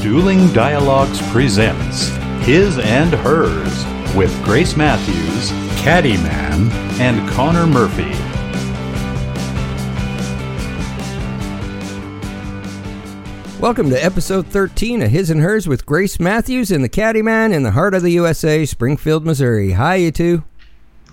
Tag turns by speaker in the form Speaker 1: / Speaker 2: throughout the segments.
Speaker 1: Dueling Dialogues presents His and Hers with Grace Matthews, Caddy Man, and Connor Murphy.
Speaker 2: Welcome to episode 13 of His and Hers with Grace Matthews and the Caddyman in the heart of the USA, Springfield, Missouri. Hi, you two.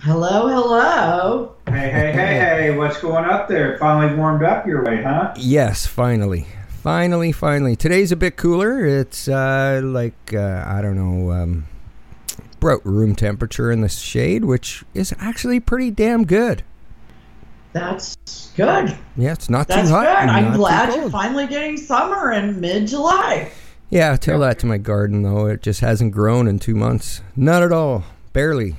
Speaker 3: Hello, hello.
Speaker 4: Hey, hey, hey, hey, what's going up there? Finally warmed up your way, huh?
Speaker 2: Yes, finally. Finally, finally. Today's a bit cooler. It's uh, like, uh, I don't know, um, about room temperature in the shade, which is actually pretty damn good.
Speaker 3: That's good.
Speaker 2: Yeah, it's not
Speaker 3: That's
Speaker 2: too
Speaker 3: good.
Speaker 2: hot. and not
Speaker 3: I'm
Speaker 2: too
Speaker 3: glad
Speaker 2: cold.
Speaker 3: you're finally getting summer in mid July.
Speaker 2: Yeah, tell that to my garden though. It just hasn't grown in two months. Not at all. Barely.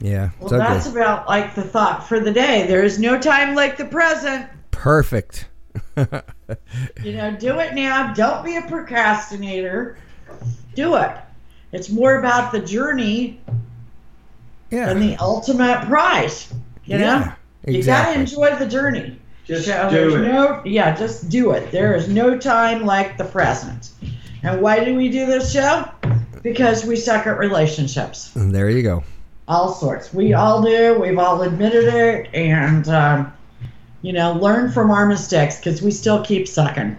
Speaker 2: Yeah.
Speaker 3: Well,
Speaker 2: it's ugly.
Speaker 3: that's about like the thought for the day. There is no time like the present.
Speaker 2: Perfect.
Speaker 3: You know, do it now. Don't be a procrastinator. Do it. It's more about the journey
Speaker 2: Yeah.
Speaker 3: than the ultimate prize. You know,
Speaker 2: yeah,
Speaker 3: you got to
Speaker 2: exactly.
Speaker 3: enjoy the journey.
Speaker 4: Just
Speaker 3: So there's
Speaker 4: do it.
Speaker 3: no yeah, just do it. There is no time like the present. And why do we do this show? Because we suck at relationships,
Speaker 2: And Mm, there you go.
Speaker 3: all sorts. We all do. We've all admitted it, and um, you know, learn from our mistakes because we still keep sucking.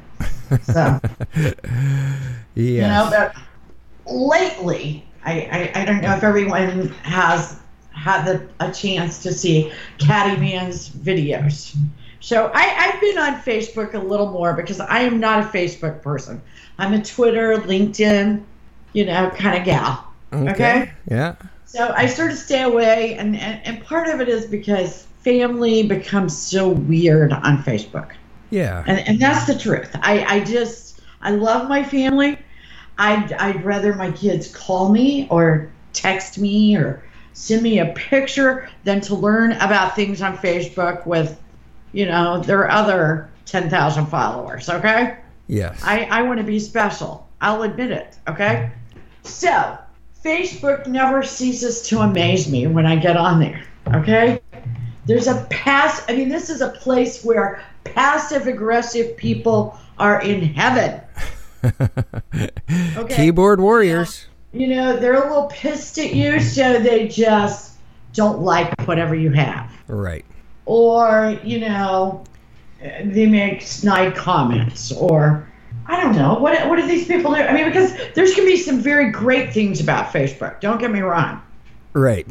Speaker 3: So you know,
Speaker 2: Yeah.
Speaker 3: but lately, I, I I don't know if everyone has had the, a chance to see Caddyman's videos. So I, I've been on Facebook a little more because I am not a Facebook person. I'm a Twitter, LinkedIn, you know, kind of gal. okay.
Speaker 2: Yeah.
Speaker 3: So I sort of stay away, and, and, and part of it is because family becomes so weird on Facebook.
Speaker 2: Yeah.
Speaker 3: And, and that's the truth. I, I just, I love my family. I'd, I'd rather my kids call me or text me or send me a picture than to learn about things on Facebook with, you know, their other 10,000 followers, okay?
Speaker 2: Yes.
Speaker 3: I, I want to be special. I'll admit it, okay? So, Facebook never ceases to amaze me when I get on there, okay? There's a pass, I mean, this is a place where passive aggressive people are in heaven. Okay.
Speaker 2: Keyboard warriors.
Speaker 3: You know, they're a little pissed at you, so they just don't like whatever you have.
Speaker 2: Right.
Speaker 3: or you know they make snide comments or i don't know what, what do these people do i mean because there's going to be some very great things about facebook don't get me wrong
Speaker 2: Right.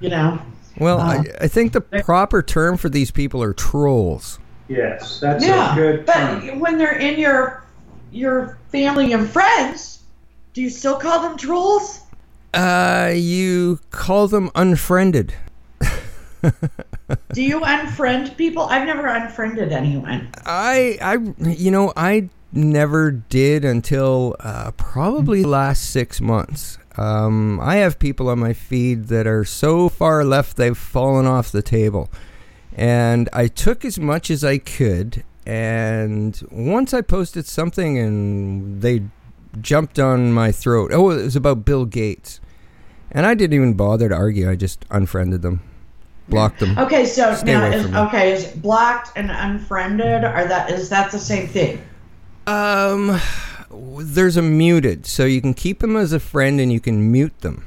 Speaker 3: you know
Speaker 2: Well,
Speaker 3: Uh-huh.
Speaker 2: I, I think the proper term for these people are trolls.
Speaker 4: Yes, that's
Speaker 3: yeah
Speaker 4: a good
Speaker 3: but
Speaker 4: term.
Speaker 3: when they're in your your family and friends do you still call them trolls
Speaker 2: Uh, you call them unfriended.
Speaker 3: do you unfriend people i've never unfriended anyone
Speaker 2: I, I, you know, I never did until uh, probably last six months. Um, I have people on my feed that are so far left they've fallen off the table, and I took as much as I could. And once I posted something, and they jumped on my throat. Oh, it was about Bill Gates, and I didn't even bother to argue. I just unfriended them, blocked them.
Speaker 3: okay so
Speaker 2: Stay
Speaker 3: now
Speaker 2: away
Speaker 3: is,
Speaker 2: from me.
Speaker 3: okay is blocked and unfriended are that is that the same thing
Speaker 2: Um, there's a muted, so you can keep them as a friend and you can mute them.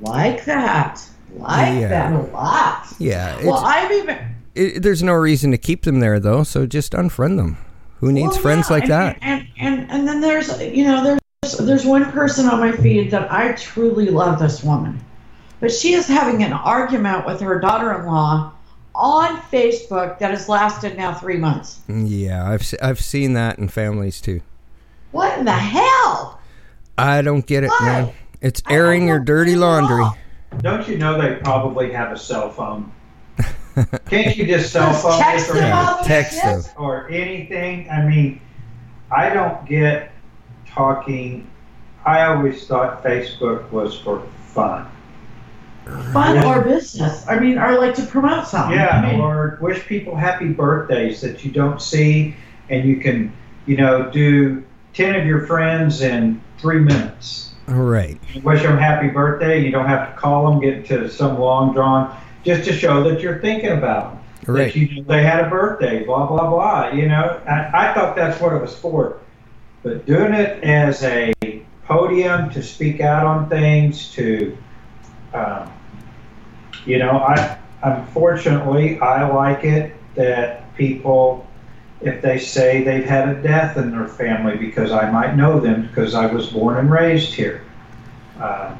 Speaker 3: Like that. Like
Speaker 2: Yeah.
Speaker 3: that a lot.
Speaker 2: Yeah, it's,
Speaker 3: Well, I've even.
Speaker 2: it, there's no reason to keep them there though, so just unfriend them. Who needs
Speaker 3: well,
Speaker 2: friends
Speaker 3: yeah,
Speaker 2: like
Speaker 3: and,
Speaker 2: that?
Speaker 3: And, and and then there's you know there's there's one person on my feed that I truly love this woman, but she is having an argument with her daughter-in-law on Facebook that has lasted now three months.
Speaker 2: Yeah, I've se- I've seen that in families too.
Speaker 3: What in the hell?
Speaker 2: I don't get it,
Speaker 3: Why?
Speaker 2: man. It's
Speaker 3: I- I
Speaker 2: airing your
Speaker 3: don't
Speaker 2: dirty
Speaker 3: get it at all.
Speaker 2: laundry.
Speaker 4: Don't you know they probably have a cell phone? Can't you just cell
Speaker 3: Just
Speaker 4: phone
Speaker 3: text
Speaker 4: this or,
Speaker 3: them
Speaker 2: Yeah,
Speaker 3: all the
Speaker 2: text
Speaker 3: shit?
Speaker 2: them.
Speaker 4: or anything? I mean, I don't get talking. I always thought Facebook was for fun.
Speaker 3: Fun
Speaker 4: Yeah.
Speaker 3: or business? I mean, or like to promote something. Uh-huh. I
Speaker 4: Yeah,
Speaker 3: mean,
Speaker 4: or wish people happy birthdays that you don't see, and you can, you know, do 10 of your friends in three minutes.
Speaker 2: All right.
Speaker 4: wish them happy birthday. You don't have to call them, get to some long drawn, just to show that you're thinking about them.
Speaker 2: Right.
Speaker 4: That you, they had a birthday, blah, blah, blah. You know, I, I thought that's what it was for. But doing it as a podium to speak out on things, to, um, you know, I unfortunately I like it that people, if they say they've had a death in their family, because I might know them because I was born and raised here. Uh,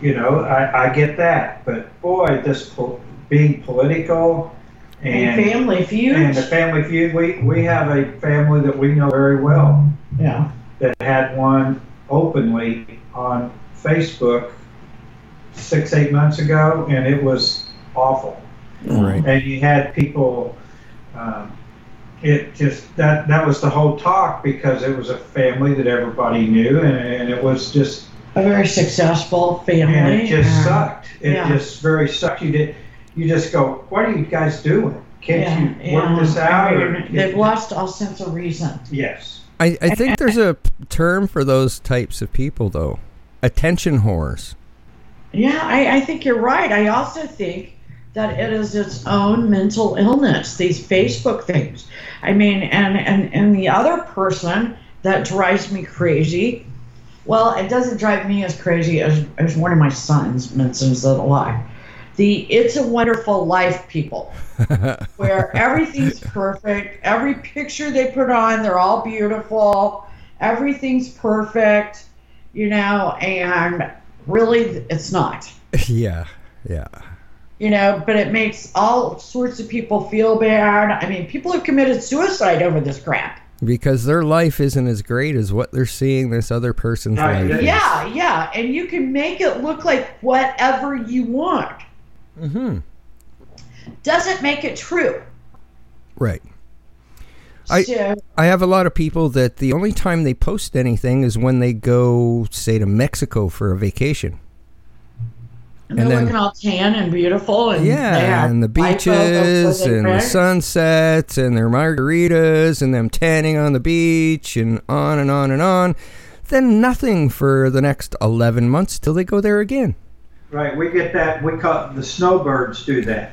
Speaker 4: you know, I, I get that, but boy, this po- being political
Speaker 3: And,
Speaker 4: and
Speaker 3: family feud.
Speaker 4: and the family feud, we, we have a family that we know very well
Speaker 3: yeah.
Speaker 4: that had one openly on Facebook six, eight months ago, and it was awful.
Speaker 2: Right.
Speaker 4: And you had people, um, it just, that, that was the whole talk because it was a family that everybody knew, and, and it was just,
Speaker 3: A very successful family.
Speaker 4: and it just
Speaker 3: and-
Speaker 4: sucked. It
Speaker 3: Yeah.
Speaker 4: just very sucked. You did, you just go, what are you guys doing? Can't
Speaker 3: yeah,
Speaker 4: you work
Speaker 3: yeah.
Speaker 4: this out? or-
Speaker 3: They've lost all sense of reason.
Speaker 4: Yes.
Speaker 2: I, I think there's a p- term for those types of people, though. Attention whores.
Speaker 3: Yeah, I, I think you're right. I also think that it is its own mental illness, these Facebook things. I mean, and, and, and the other person that drives me crazy, well, it doesn't drive me as crazy as, as one of my sons mentions it a lot. The It's a Wonderful Life people, where everything's perfect. Every picture they put on, they're all beautiful. Everything's perfect, you know, and really it's not
Speaker 2: yeah. Yeah.
Speaker 3: you know but it makes all sorts of people feel bad i mean people have committed suicide over this crap
Speaker 2: Because their life isn't as great as what they're seeing this other person's
Speaker 4: Right,
Speaker 2: life.
Speaker 3: yeah yeah and you can make it look like whatever you want
Speaker 2: Mm-hmm.
Speaker 3: doesn't make it true
Speaker 2: Right. I-
Speaker 3: so
Speaker 2: I have a lot of people that the only time they post anything is when they go, say, to Mexico for a vacation.
Speaker 3: and they're
Speaker 2: and then-
Speaker 3: looking all tan and beautiful and they
Speaker 2: Yeah,
Speaker 3: have
Speaker 2: and the
Speaker 3: lipo over
Speaker 2: beaches
Speaker 3: their
Speaker 2: and the
Speaker 3: breasts.
Speaker 2: sunsets and their margaritas and them tanning on the beach and on and on and on. Then nothing for the next 11 months till they go there again.
Speaker 4: Right, we get that. We call the snowbirds do that.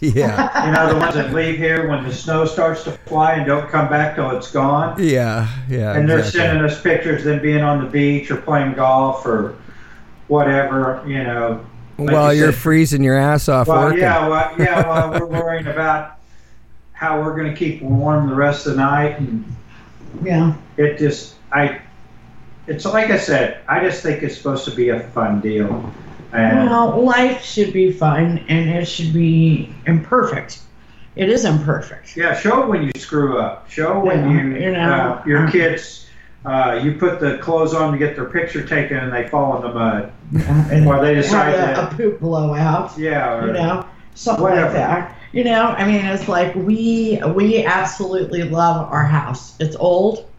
Speaker 2: yeah.
Speaker 4: You know, the ones that leave here when the snow starts to fly and don't come back till it's gone.
Speaker 2: Yeah. Yeah.
Speaker 4: And they're
Speaker 2: exactly.
Speaker 4: sending us pictures of them being on the beach or playing golf or whatever. You know. like
Speaker 2: While
Speaker 4: you
Speaker 2: you're
Speaker 4: said.
Speaker 2: freezing your ass off
Speaker 4: Well,
Speaker 2: working.
Speaker 4: yeah, well, yeah. Well, we're worrying about how we're going to keep warm the rest of the night, and
Speaker 3: yeah
Speaker 4: it just, I, it's like I said, I just think it's supposed to be a fun deal, and
Speaker 3: well life should be fun and it should be imperfect it is imperfect
Speaker 4: Yeah, show when you screw up. Show when
Speaker 3: Yeah,
Speaker 4: you,
Speaker 3: you know.
Speaker 4: uh, your kids, uh, you put the clothes on to get their picture taken and they fall in the mud.
Speaker 3: or
Speaker 4: Or they decide
Speaker 3: a, a
Speaker 4: that,
Speaker 3: poop blowout
Speaker 4: yeah, or,
Speaker 3: you know, something like
Speaker 4: Whatever.
Speaker 3: that. You know, I mean, it's like we we absolutely love our house. It's old,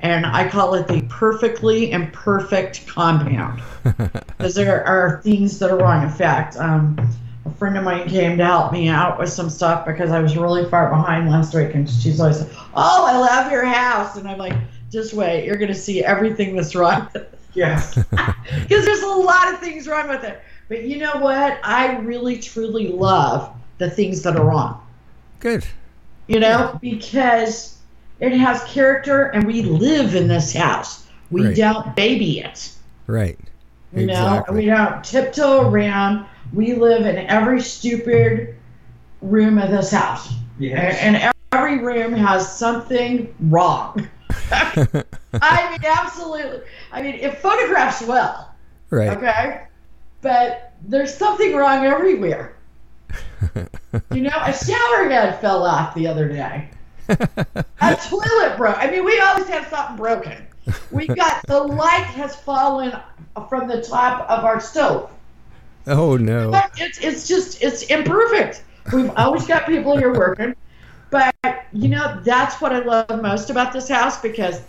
Speaker 3: and I call it the perfectly imperfect compound because there are things that are wrong. In fact, um, a friend of mine came to help me out with some stuff because I was really far behind last week, and she's always like, "Oh, I love your house," and I'm like. Just wait, you're gonna see everything that's wrong
Speaker 4: yeah.
Speaker 3: because there's a lot of things wrong with it. But you know what? I really truly love the things that are wrong.
Speaker 2: Good.
Speaker 3: You know, because it has character, and we live in this house. We
Speaker 2: Right.
Speaker 3: don't baby it.
Speaker 2: Right.
Speaker 3: You know, we
Speaker 2: Exactly.
Speaker 3: don't tiptoe around. We live in every stupid room of this house,
Speaker 4: Yes.
Speaker 3: and, and every room has something wrong. I mean, absolutely. I mean, it photographs well.
Speaker 2: right.
Speaker 3: Okay. But there's something wrong everywhere. you know, a shower head fell off the other day. a toilet broke. I mean, we always have something broken. We got the light has fallen from the top of our stove.
Speaker 2: Oh, no.
Speaker 3: But it's it's just it's imperfect. We've always got people here working. But you know, that's what I love most about this house because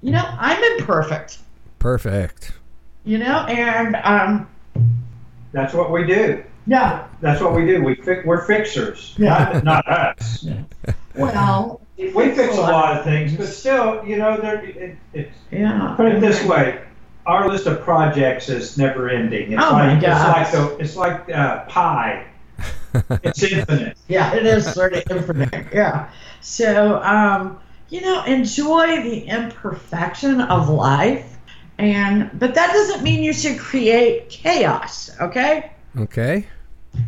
Speaker 3: you know, I'm imperfect.
Speaker 2: Perfect.
Speaker 3: You know, and um
Speaker 4: That's what we do.
Speaker 3: no,
Speaker 4: That's what we do. We fi- we're fixers,
Speaker 3: Yeah.
Speaker 4: not, not us.
Speaker 3: Well,
Speaker 4: We fix a lot of things, but still, you know, there, it, it's,
Speaker 3: Yeah.
Speaker 4: put it this way. Our list of projects is never ending. It's
Speaker 3: Oh, my
Speaker 4: like
Speaker 3: gosh.
Speaker 4: it's like the, it's like uh, pie. It's infinite.
Speaker 3: Yeah, it is sort of infinite. Yeah. So, um, you know, enjoy the imperfection of life. And but that doesn't mean you should create chaos, okay?
Speaker 2: Okay.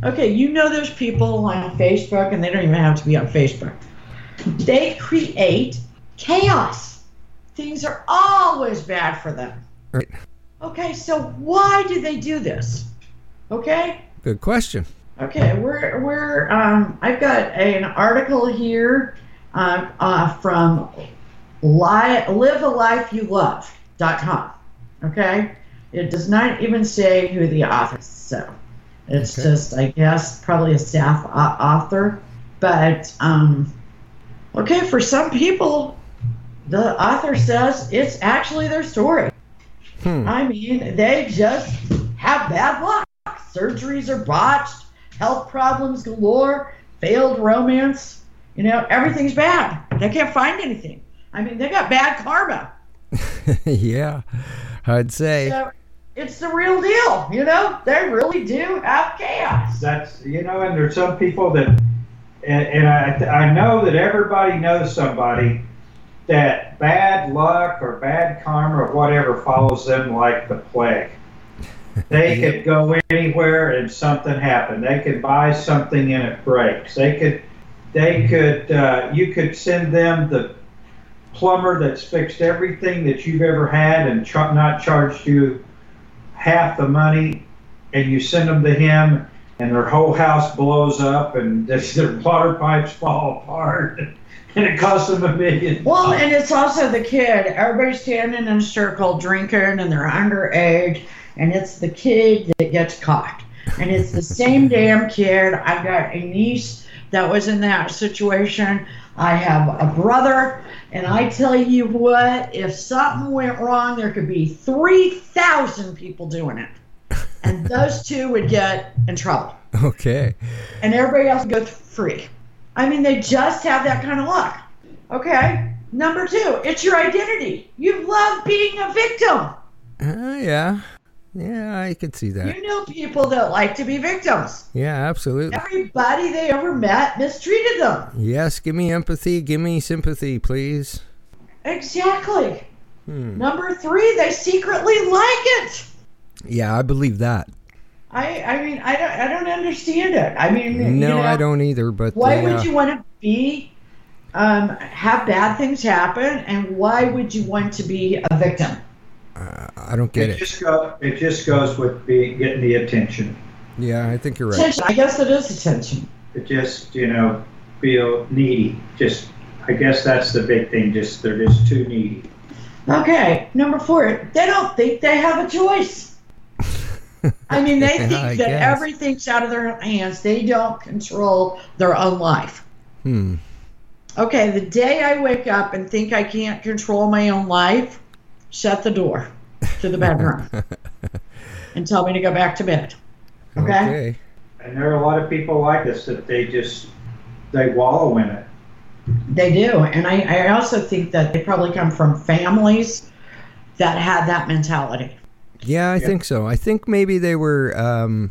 Speaker 3: Okay, you know there's people on Facebook and they don't even have to be on Facebook. They create chaos. Things are always bad for them.
Speaker 2: Right.
Speaker 3: Okay, so why do they do this? Okay?
Speaker 2: Good question.
Speaker 3: Okay, we're we're um, I've got an article here uh, uh, from li- livealifeyoulove.com. Okay, it does not even say who the author is, so it's
Speaker 2: Okay.
Speaker 3: just I guess probably a staff au- author. But um, okay, for some people, the author says it's actually their story.
Speaker 2: Hmm.
Speaker 3: I mean, they just have bad luck. Surgeries are botched, health problems galore, failed romance. You know, everything's bad. They can't find anything. I mean, they got bad karma.
Speaker 2: yeah, I'd say.
Speaker 3: So it's the real deal. You know, they really do have chaos.
Speaker 4: That's you know, and there's some people that, and, and I I know that everybody knows somebody that bad luck or bad karma or whatever follows them like the plague. They
Speaker 2: Yeah.
Speaker 4: could go anywhere and something happened. They could buy something and it breaks. They could, they could, uh, you could send them the plumber that's fixed everything that you've ever had and char- not charged you half the money, and you send them to him, and their whole house blows up and there's- their water pipes fall apart, and it costs them a million.
Speaker 3: Well, and it's also the kid. Everybody's standing in a circle drinking and they're underage, and it's the kid that gets caught. And it's the same damn kid. I've got a niece that was in that situation. I have a brother, and I tell you what, if something went wrong, there could be 3,000 people doing it. And those two would get in trouble,
Speaker 2: Okay.
Speaker 3: and everybody else would go th- free. I mean, they just have that kind of luck. Okay. Number two, it's your identity. You love being a victim.
Speaker 2: Uh, yeah. Yeah, I could see that.
Speaker 3: You know people that like to be victims.
Speaker 2: Yeah, absolutely.
Speaker 3: Everybody they ever met mistreated them.
Speaker 2: Yes, give me empathy, give me sympathy, please.
Speaker 3: Exactly.
Speaker 2: Hmm.
Speaker 3: Number three, they secretly like it.
Speaker 2: Yeah, I believe that.
Speaker 3: I, I mean, I don't, I don't understand it. I mean,
Speaker 2: No,
Speaker 3: you know,
Speaker 2: I don't either, but
Speaker 3: Why
Speaker 2: they, uh,
Speaker 3: would you want to be, um, have bad things happen, and why would you want to be a victim?
Speaker 2: uh, I don't get
Speaker 4: It
Speaker 2: it.
Speaker 4: just go, it just goes with being, getting the attention.
Speaker 2: Yeah, I think you're right.
Speaker 3: Attention. I guess it is attention.
Speaker 4: It just you know feel needy. Just I guess that's the big thing. Just they're just too needy.
Speaker 3: Okay, number four. They don't think they have a choice. I mean, they
Speaker 2: Yeah,
Speaker 3: think
Speaker 2: I
Speaker 3: that
Speaker 2: guess.
Speaker 3: everything's out of their hands. They don't control their own life.
Speaker 2: Hmm.
Speaker 3: Okay, the day I wake up and think I can't control my own life, shut the door to the bedroom and tell me to go back to bed. Okay?
Speaker 2: Okay.
Speaker 4: And there are a lot of people like this that they just they wallow in it.
Speaker 3: They do. And I, I also think that they probably come from families that had that mentality.
Speaker 2: Yeah, I think so. I think maybe they were um,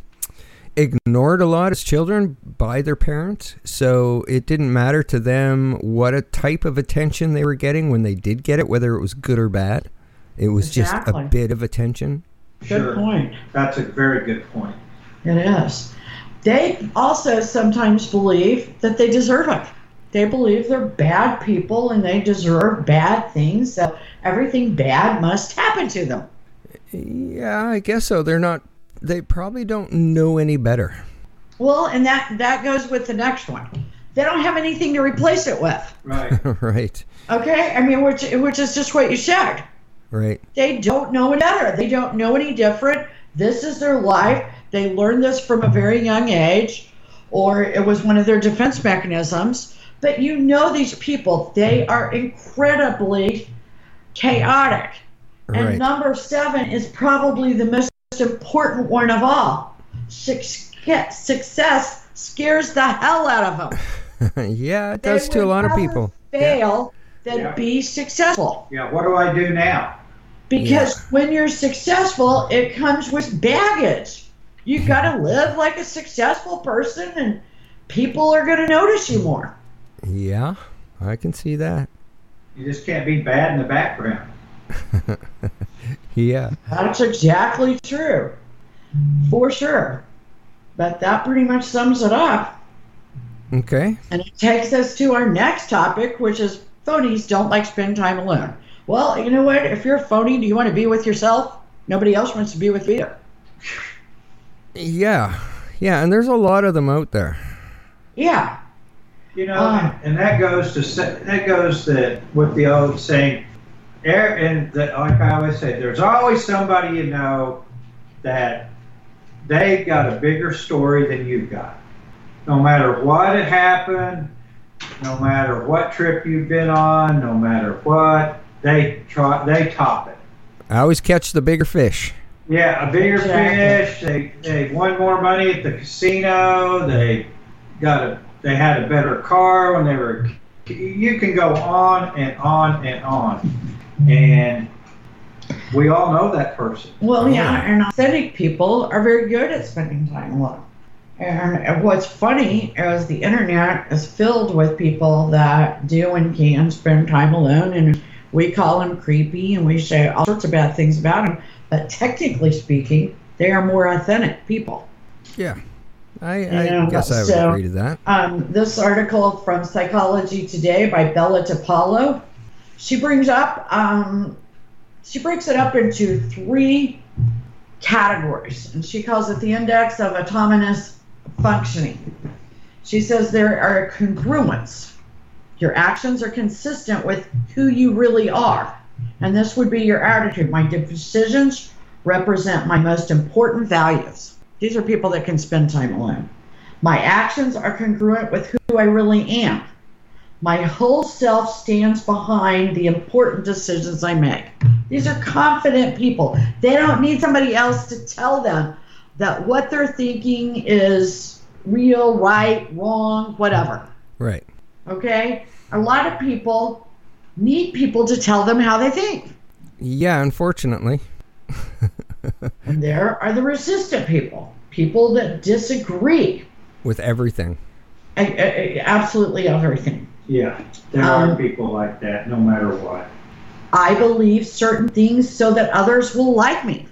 Speaker 2: ignored a lot as children by their parents, so it didn't matter to them what a type of attention they were getting when they did get it, whether it was good or bad. It was just
Speaker 3: Exactly.
Speaker 2: a bit of attention.
Speaker 3: Good point.
Speaker 4: That's a very good point.
Speaker 3: It is. They also sometimes believe that they deserve it. They believe they're bad people and they deserve bad things, so everything bad must happen to them.
Speaker 2: Yeah, I guess so. They're not. They probably don't know any better.
Speaker 3: Well, and that, that goes with the next one. They don't have anything to replace it with.
Speaker 4: Right.
Speaker 2: right.
Speaker 3: Okay? I mean, which, which is just what you said.
Speaker 2: Right.
Speaker 3: They don't know any better. They don't know any different. This is their life. They learned this from a very young age, or it was one of their defense mechanisms. But you know these people, they are incredibly chaotic.
Speaker 2: Right.
Speaker 3: And number seven is probably the most important one of all. Suc- Success scares the hell out of them.
Speaker 2: yeah, it does
Speaker 3: They
Speaker 2: to a
Speaker 3: would
Speaker 2: lot of
Speaker 3: rather
Speaker 2: people.
Speaker 3: Fail than
Speaker 4: Yeah.
Speaker 3: be successful.
Speaker 4: Yeah. What do I do now?
Speaker 3: Because when you're successful, it comes with baggage. You got to live like a successful person, and people are going to notice you more.
Speaker 2: Yeah, I can see that.
Speaker 4: You just can't be bad in the background.
Speaker 2: yeah.
Speaker 3: That's exactly true, for sure. But that pretty much sums it up.
Speaker 2: Okay.
Speaker 3: And it takes us to our next topic, which is phonies don't like spending time alone. Well, you know what? If you're a phony, do you want to be with yourself? Nobody else wants to be with you.
Speaker 2: Yeah. Yeah, and there's a lot of them out there.
Speaker 3: Yeah.
Speaker 4: You know,
Speaker 3: Ah.
Speaker 4: and, and that goes to sa- that goes to with the old saying, there and the, like I always say, there's always somebody you know that they got a bigger story than you got. No matter what had happened, no matter what trip you've been on, no matter what, they try they top it.
Speaker 2: I always catch the bigger fish.
Speaker 4: Yeah, a bigger
Speaker 3: Exactly.
Speaker 4: fish. They they won more money at the casino. They got a they had a better car when they were. You can go on and on and on, and we all know that person.
Speaker 3: Well, yeah, and authentic people are very good at spending time alone. And what's funny is the internet is filled with people that do and can spend time alone, and we call them creepy and we say all sorts of bad things about them. But technically speaking, they are more authentic people.
Speaker 2: Yeah. I, I
Speaker 3: Yeah,
Speaker 2: guess I would
Speaker 3: so-
Speaker 2: agree to that.
Speaker 3: um, this article from Psychology Today by Bella DiPaolo. She brings up, um, she breaks it up into three categories, and she calls it the index of autonomous functioning. She says there are congruence. Your actions are consistent with who you really are, and this would be your attitude. My decisions represent my most important values. These are people that can spend time alone. My actions are congruent with who I really am. My whole self stands behind the important decisions I make. These are confident people. They don't need somebody else to tell them that what they're thinking is real, right, wrong, whatever.
Speaker 2: Right.
Speaker 3: Okay? A lot of people need people to tell them how they think.
Speaker 2: Yeah, unfortunately.
Speaker 3: And there are the resistant people, people that disagree
Speaker 2: With everything.
Speaker 3: I, I, I- absolutely everything.
Speaker 4: Yeah, there
Speaker 3: Um,
Speaker 4: are people like that, no matter what.
Speaker 3: I believe certain things so that others will like me.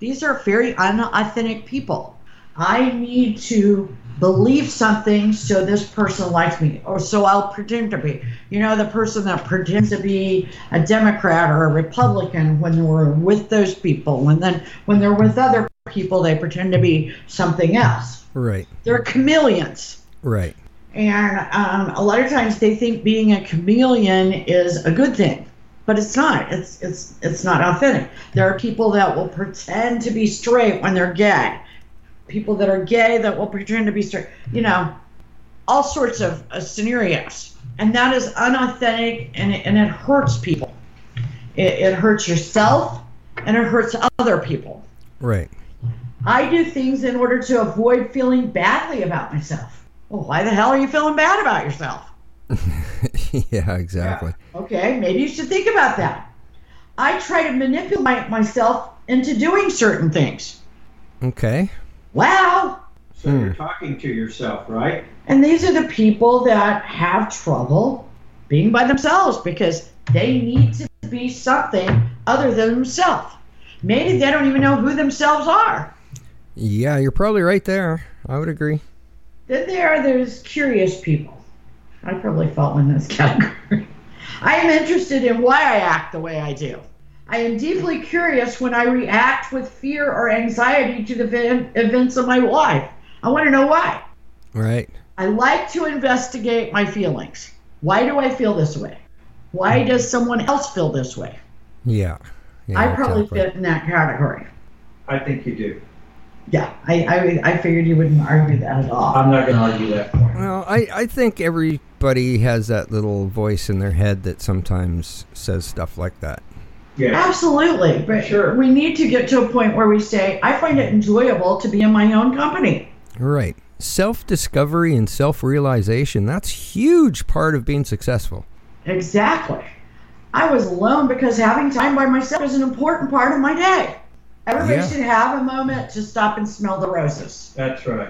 Speaker 3: These are very unauthentic people. I need to believe something so this person likes me, or so I'll pretend to be. You know, the person that pretends to be a Democrat or a Republican when they were with those people, and then when they're with other people, they pretend to be something else.
Speaker 2: Right.
Speaker 3: They're chameleons.
Speaker 2: Right.
Speaker 3: And um, a lot of times they think being a chameleon is a good thing, but it's not. It's it's it's not authentic. There are people that will pretend to be straight when they're gay. People that are gay that will pretend to be straight. You know, all sorts of uh, scenarios, and that is unauthentic, and it, and it hurts people. It, it hurts yourself, and it hurts other people.
Speaker 2: Right.
Speaker 3: I do things in order to avoid feeling badly about myself. Well, why the hell are you feeling bad about yourself?
Speaker 2: yeah, exactly.
Speaker 3: Okay, maybe you should think about that. I try to manipulate myself into doing certain things.
Speaker 2: Okay.
Speaker 3: Wow.
Speaker 4: So
Speaker 3: hmm.
Speaker 4: you're talking to yourself, right?
Speaker 3: And these are the people that have trouble being by themselves because they need to be something other than themselves. Maybe they don't even know who themselves are.
Speaker 2: Yeah, you're probably right there. I would agree.
Speaker 3: Then there are those curious people. I probably fall in this category. I am interested in why I act the way I do. I am deeply curious when I react with fear or anxiety to the ven- events of my life. I want to know why.
Speaker 2: Right.
Speaker 3: I like to investigate my feelings. Why do I feel this way? Why does someone else feel this way?
Speaker 2: Yeah. yeah
Speaker 3: I probably
Speaker 2: exactly.
Speaker 3: fit in that category.
Speaker 4: I think you do.
Speaker 3: Yeah, I, I, I figured you wouldn't argue that at all.
Speaker 4: I'm not going to argue that point.
Speaker 2: Well, I, I think everybody has that little voice in their head that sometimes says stuff like that.
Speaker 4: Yeah,
Speaker 3: Absolutely, but
Speaker 4: Sure.
Speaker 3: we need to get to a point where we say, I find it enjoyable to be in my own company.
Speaker 2: Right. Self discovery and self realization, that's huge part of being successful.
Speaker 3: Exactly. I was alone because having time by myself is an important part of my day. Everybody
Speaker 2: Yeah.
Speaker 3: should have a moment to stop and smell the roses.
Speaker 4: that's right.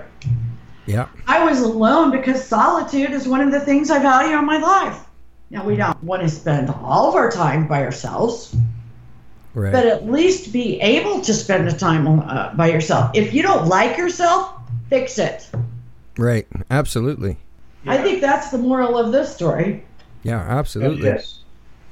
Speaker 2: Yeah.
Speaker 3: I was alone because solitude is one of the things I value in my life. Now, we don't want to spend all of our time by ourselves,
Speaker 2: Right.
Speaker 3: but at least be able to spend the time uh, by yourself. If you don't like yourself, fix it.
Speaker 2: right. Absolutely.
Speaker 3: I think that's the moral of this story.
Speaker 2: Yeah.
Speaker 4: That-
Speaker 2: Absolutely.
Speaker 4: Yes,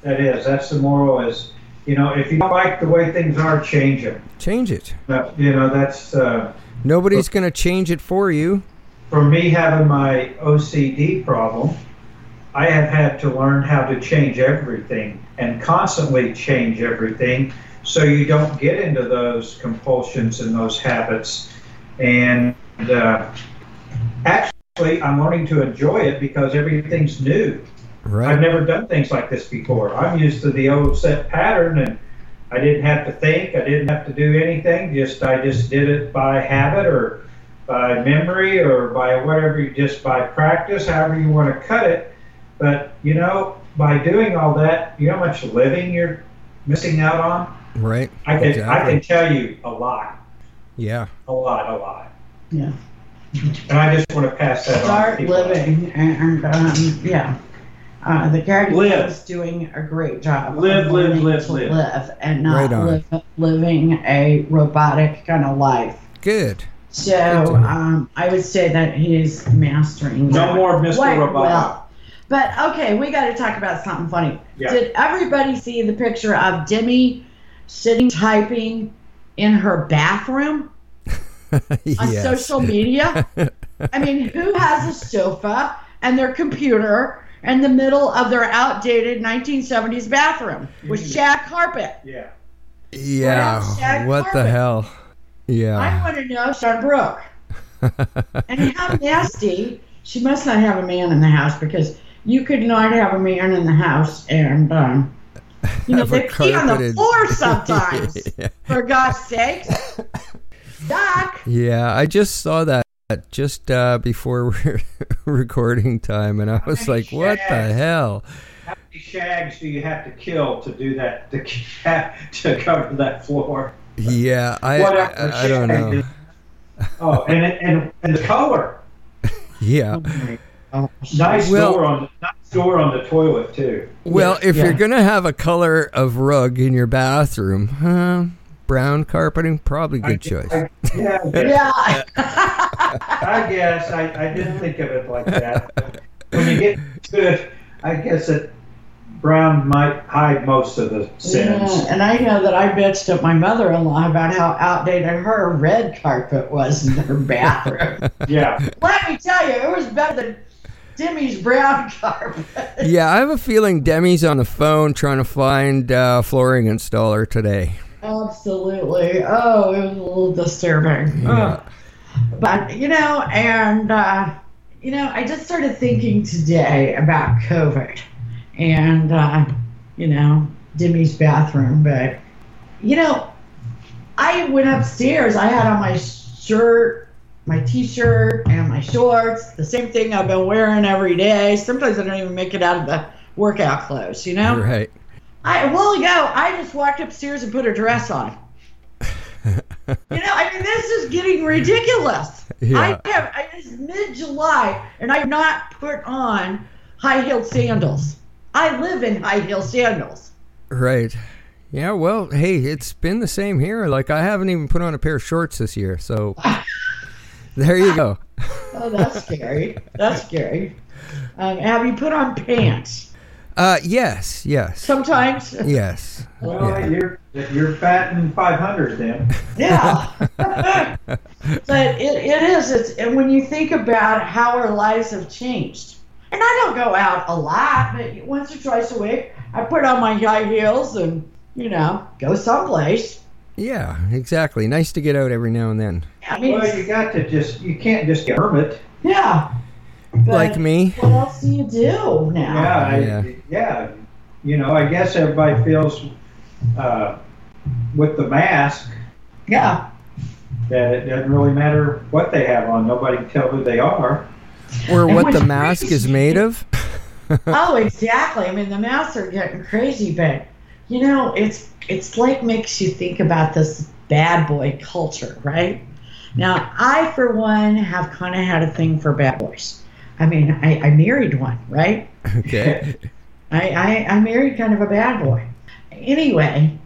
Speaker 4: that is. That's the moral is, you know, if you don't like the way things are, change them.
Speaker 2: Change it.
Speaker 4: That, you know, that's uh,
Speaker 2: Nobody's going to change it for you.
Speaker 4: for me having my OCD problem. I have had to learn how to change everything and constantly change everything, so you don't get into those compulsions and those habits. And uh, actually, I'm learning to enjoy it because everything's new. I've
Speaker 2: Right.
Speaker 4: never done things like this before. I'm used to the old set pattern, and I didn't have to think. I didn't have to do anything. Just I just did it by habit or by memory or by whatever, you just by practice, however you want to cut it. But you know, by doing all that, you know how much living you're missing out on.
Speaker 2: Right.
Speaker 4: I can I
Speaker 2: Exactly.
Speaker 4: can tell you a lot,
Speaker 2: Yeah.
Speaker 4: a lot, a lot.
Speaker 3: Yeah.
Speaker 4: And I just want to pass that on. to
Speaker 3: Start
Speaker 4: people.
Speaker 3: living, and um, yeah. Uh, the guardian
Speaker 5: Live.
Speaker 3: is doing a great job. of
Speaker 5: Live, live,
Speaker 3: learning
Speaker 5: live,
Speaker 3: to
Speaker 5: live.
Speaker 3: live, and
Speaker 2: Right
Speaker 3: not
Speaker 2: on.
Speaker 3: live, living a robotic kind of life.
Speaker 2: Good.
Speaker 3: So um, I would say that he's mastering.
Speaker 5: No
Speaker 3: that
Speaker 5: more Mr.
Speaker 3: quite
Speaker 5: Roboto.
Speaker 3: well. But okay, we got to talk about something funny.
Speaker 4: Yeah.
Speaker 3: Did everybody see the picture of Demi sitting typing in her bathroom on
Speaker 2: yes.
Speaker 3: social media? I mean, who has a sofa and their computer in the middle of their outdated 1970s bathroom with
Speaker 2: Mm.
Speaker 3: shag carpet?
Speaker 4: Yeah.
Speaker 3: Well, shag
Speaker 2: Yeah. What the
Speaker 3: carpet.
Speaker 2: hell?
Speaker 3: I
Speaker 2: Yeah.
Speaker 3: want to know Sean Brooke. and how nasty. She must not have a man in the house because you could not have a man in the house and, um, you know,
Speaker 2: Have a
Speaker 3: they pee on the
Speaker 2: carpeted-
Speaker 3: floor sometimes. For God's sake. Doc.
Speaker 2: Yeah, I just saw that just uh, before we're recording time, and I was like, "What the
Speaker 4: Yes.
Speaker 2: hell?"
Speaker 4: many shags do you have to kill to do that to to cover that floor?
Speaker 2: Yeah, I
Speaker 4: What
Speaker 2: I,
Speaker 4: after
Speaker 2: I- I don't
Speaker 4: shag
Speaker 2: know.
Speaker 4: is- Oh, and and and the color.
Speaker 2: Yeah,
Speaker 4: Nice
Speaker 2: Well-
Speaker 4: door on nice door on the toilet too.
Speaker 2: well, if
Speaker 3: yeah.
Speaker 2: you're gonna have a color of rug in your bathroom, huh, brown carpeting probably good choice.
Speaker 4: I, yeah, I guess,
Speaker 3: Yeah.
Speaker 4: I, guess. I, I didn't think of it like that. But when you get to it, I guess it brown might hide most of the sins.
Speaker 3: Yeah, And I know that I bitched at my mother in law about how outdated her red carpet was in her bathroom.
Speaker 4: Yeah,
Speaker 3: Let me tell you, it was better than Demi's brown carpet.
Speaker 2: yeah, I have a feeling Demi's on the phone trying to find uh, flooring installer today.
Speaker 3: Absolutely. Oh, it was a little disturbing. Ugh. But, you know, and, uh, you know, I just started thinking today about COVID and, uh, you know, Demi's bathroom. But, you know, I went upstairs. I had on my shirt, my t shirt, and my shorts, the same thing I've been wearing every day. Sometimes I don't even make it out of the workout clothes, you know?
Speaker 2: Right?
Speaker 3: I a while ago, I just walked upstairs and put a dress on. you know, I mean, this is getting ridiculous.
Speaker 2: Yeah.
Speaker 3: I have I, it's mid-July, and I've not put on high-heeled sandals. I live in high-heeled sandals.
Speaker 2: Right. Yeah, well, hey, it's been the same here. Like I haven't even put on a pair of shorts this year, so there you go.
Speaker 3: Oh, that's scary. that's scary. Um, have you put on pants
Speaker 2: Uh yes, yes.
Speaker 3: sometimes?
Speaker 2: Yes.
Speaker 4: well,
Speaker 2: Yeah.
Speaker 4: you're you're fat and five hundred then.
Speaker 3: Yeah. but it, it is. It's, and when you think about how our lives have changed, and I don't go out a lot, but once or twice a week, I put on my high heels and, you know, go someplace.
Speaker 2: Yeah, exactly. Nice to get out every now and then.
Speaker 3: I mean,
Speaker 4: Well, you got to just you can't just be a hermit.
Speaker 3: yeah. But
Speaker 2: Like me.
Speaker 3: What else do you do now?
Speaker 4: Yeah, I,
Speaker 2: Yeah.
Speaker 4: yeah. You know, I guess everybody feels uh, with the mask
Speaker 3: Yeah.
Speaker 4: that it doesn't really matter what they have on. Nobody can tell who they are.
Speaker 2: Or
Speaker 3: And
Speaker 2: what
Speaker 3: what's
Speaker 2: the mask is
Speaker 3: crazy-
Speaker 2: made of.
Speaker 3: Oh, exactly. I mean, the masks are getting crazy, but, you know, it's it's like makes you think about this bad boy culture, right? Now, I, for one, have kind of had a thing for bad boys. I mean, I, I married one, right?
Speaker 2: Okay.
Speaker 3: I, I, I married kind of a bad boy. Anyway,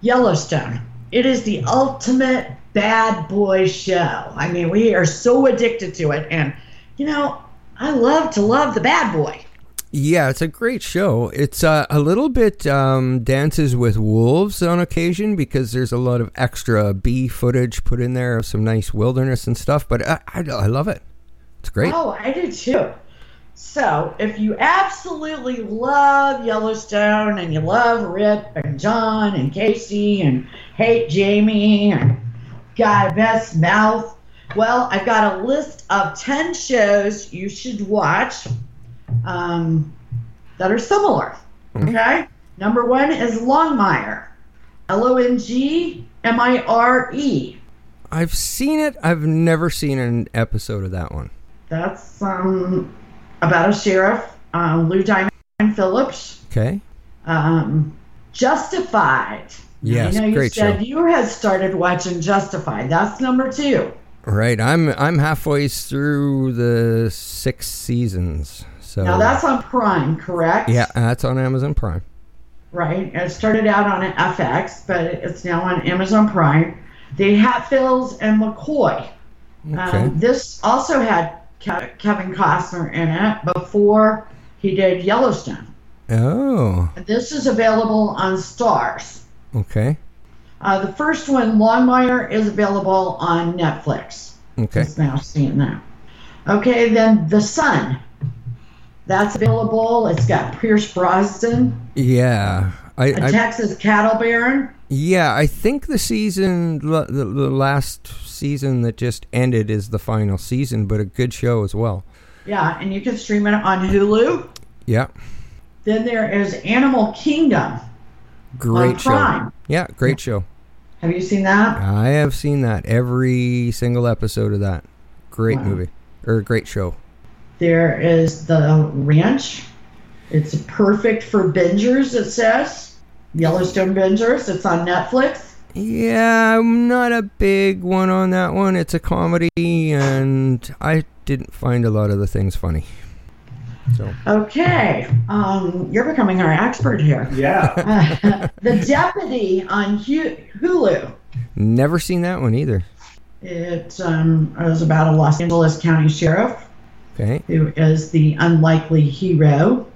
Speaker 3: Yellowstone. It is the ultimate bad boy show. I mean, we are so addicted to it. And, you know, I love to love the bad boy.
Speaker 2: Yeah, it's a great show. It's uh, a little bit um, dances with wolves on occasion because there's a lot of extra bee footage put in there of some nice wilderness and stuff. But uh, I, I, I love it. It's great.
Speaker 3: Oh, I do too. So, if you absolutely love Yellowstone and you love Rip and John and Casey and hate Jamie and Guy Best Mouth, well, I've got a list of 10 shows you should watch um, that are similar. Okay? Number one is Longmire. L O N G M I R E.
Speaker 2: I've seen it. I've never seen an episode of that one.
Speaker 3: That's um, about a sheriff, uh, Lou Diamond Phillips.
Speaker 2: Okay.
Speaker 3: Um, Justified.
Speaker 2: Yes,
Speaker 3: I know you
Speaker 2: great
Speaker 3: said
Speaker 2: show.
Speaker 3: you had started watching Justified. That's number two.
Speaker 2: Right. I'm I'm halfway through the six seasons. So
Speaker 3: Now that's on Prime, correct?
Speaker 2: Oh. yeah, that's on Amazon Prime.
Speaker 3: Right. It started out on FX, but it's now on Amazon Prime. The Hatfields and McCoy.
Speaker 2: Okay.
Speaker 3: Um, this also had Ke- Kevin Costner in it before he did Yellowstone.
Speaker 2: oh.
Speaker 3: This is available on Stars.
Speaker 2: Okay.
Speaker 3: Uh, the first one, Longmire, is available on Netflix.
Speaker 2: Okay.
Speaker 3: It's now seeing that. Okay, then The Sun. That's available. It's got Pierce Brosnan,
Speaker 2: Yeah. I,
Speaker 3: a
Speaker 2: I
Speaker 3: Texas cattle baron.
Speaker 2: Yeah, I think the season, the, the last season that just ended is the final season, but a good show as well.
Speaker 3: Yeah, and you can stream it on Hulu.
Speaker 2: Yeah,
Speaker 3: Then there is Animal Kingdom.
Speaker 2: great
Speaker 3: On
Speaker 2: show.
Speaker 3: Prime.
Speaker 2: Yeah, great show.
Speaker 3: Have you seen that?
Speaker 2: I have seen that every single episode of that. Great movie or great show.
Speaker 3: There is The Ranch. It's perfect for bingers, it says. Yellowstone Bingers. It's on Netflix.
Speaker 2: Yeah, I'm not a big one on that one. It's a comedy, and I didn't find a lot of the things funny. So
Speaker 3: Okay, um, you're becoming our expert here.
Speaker 4: Yeah.
Speaker 3: the Deputy on Hu- Hulu.
Speaker 2: never seen that one either.
Speaker 3: It um, is about a Los Angeles County sheriff
Speaker 2: Okay,
Speaker 3: who is the unlikely hero.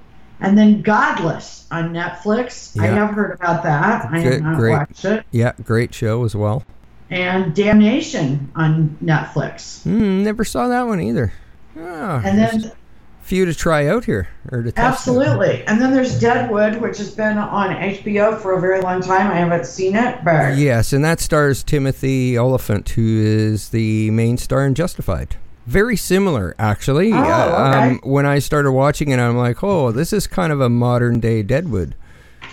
Speaker 3: And then Godless on Netflix. I
Speaker 2: Yeah.
Speaker 3: have heard about that. I
Speaker 2: Good,
Speaker 3: have not
Speaker 2: great.
Speaker 3: watched it.
Speaker 2: yeah, great show as well.
Speaker 3: And Damnation on Netflix.
Speaker 2: Mm, never saw that one either. Ah,
Speaker 3: And
Speaker 2: there's
Speaker 3: then,
Speaker 2: a few to try out here or to test. out.
Speaker 3: absolutely. And then there's Deadwood, which has been on HBO for a very long time. I haven't seen it, but
Speaker 2: Yes, and that stars Timothy Oliphant, who is the main star in Justified. Very similar, actually. Uh, um,
Speaker 3: Oh, okay.
Speaker 2: when I started watching it, I'm like, oh, this is kind of a modern day Deadwood.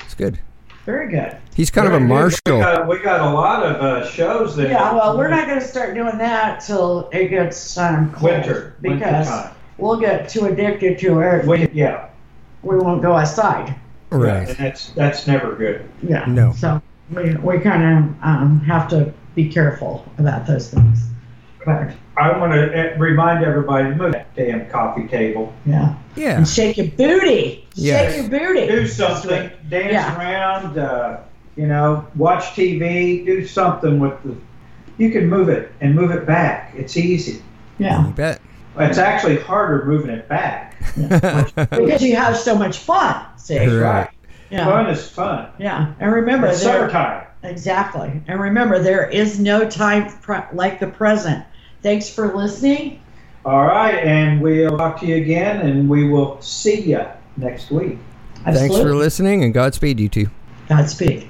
Speaker 2: It's good.
Speaker 3: very good.
Speaker 2: He's kind of a
Speaker 4: Very good. We
Speaker 2: marshal.
Speaker 4: got, we got a lot of uh, shows that.
Speaker 3: Yeah, well, we're not going to start doing that till it gets um, cold
Speaker 4: Winter. Winter
Speaker 3: because
Speaker 4: time.
Speaker 3: we'll get too addicted to it. We,
Speaker 4: We, yeah.
Speaker 3: we won't go outside.
Speaker 4: And
Speaker 2: Right.
Speaker 4: that's that's never good.
Speaker 3: Yeah.
Speaker 2: No.
Speaker 3: So we, we kind of um, have to be careful about those things. But
Speaker 4: I want to remind everybody to move that damn coffee table.
Speaker 3: yeah,
Speaker 2: Yeah.
Speaker 3: and shake your booty.
Speaker 2: Yes.
Speaker 3: Shake your booty.
Speaker 4: Do something. Dance
Speaker 3: Yeah.
Speaker 4: around. Uh, you know, watch TV. Do something with the. You can move it and move it back. It's easy.
Speaker 2: You
Speaker 3: Yeah,
Speaker 2: bet.
Speaker 4: It's actually harder moving it back.
Speaker 2: Uh,
Speaker 3: because you have so much fun. See.
Speaker 2: Right.
Speaker 3: Yeah.
Speaker 4: Fun is fun.
Speaker 3: Yeah, and remember
Speaker 4: It's
Speaker 3: there-
Speaker 4: summertime.
Speaker 3: Exactly. And remember, there is no time pre- like the present. Thanks for listening.
Speaker 4: All right, and we'll talk to you again, and we will see you next week.
Speaker 2: Thanks for listening, and Godspeed, you two.
Speaker 3: Godspeed.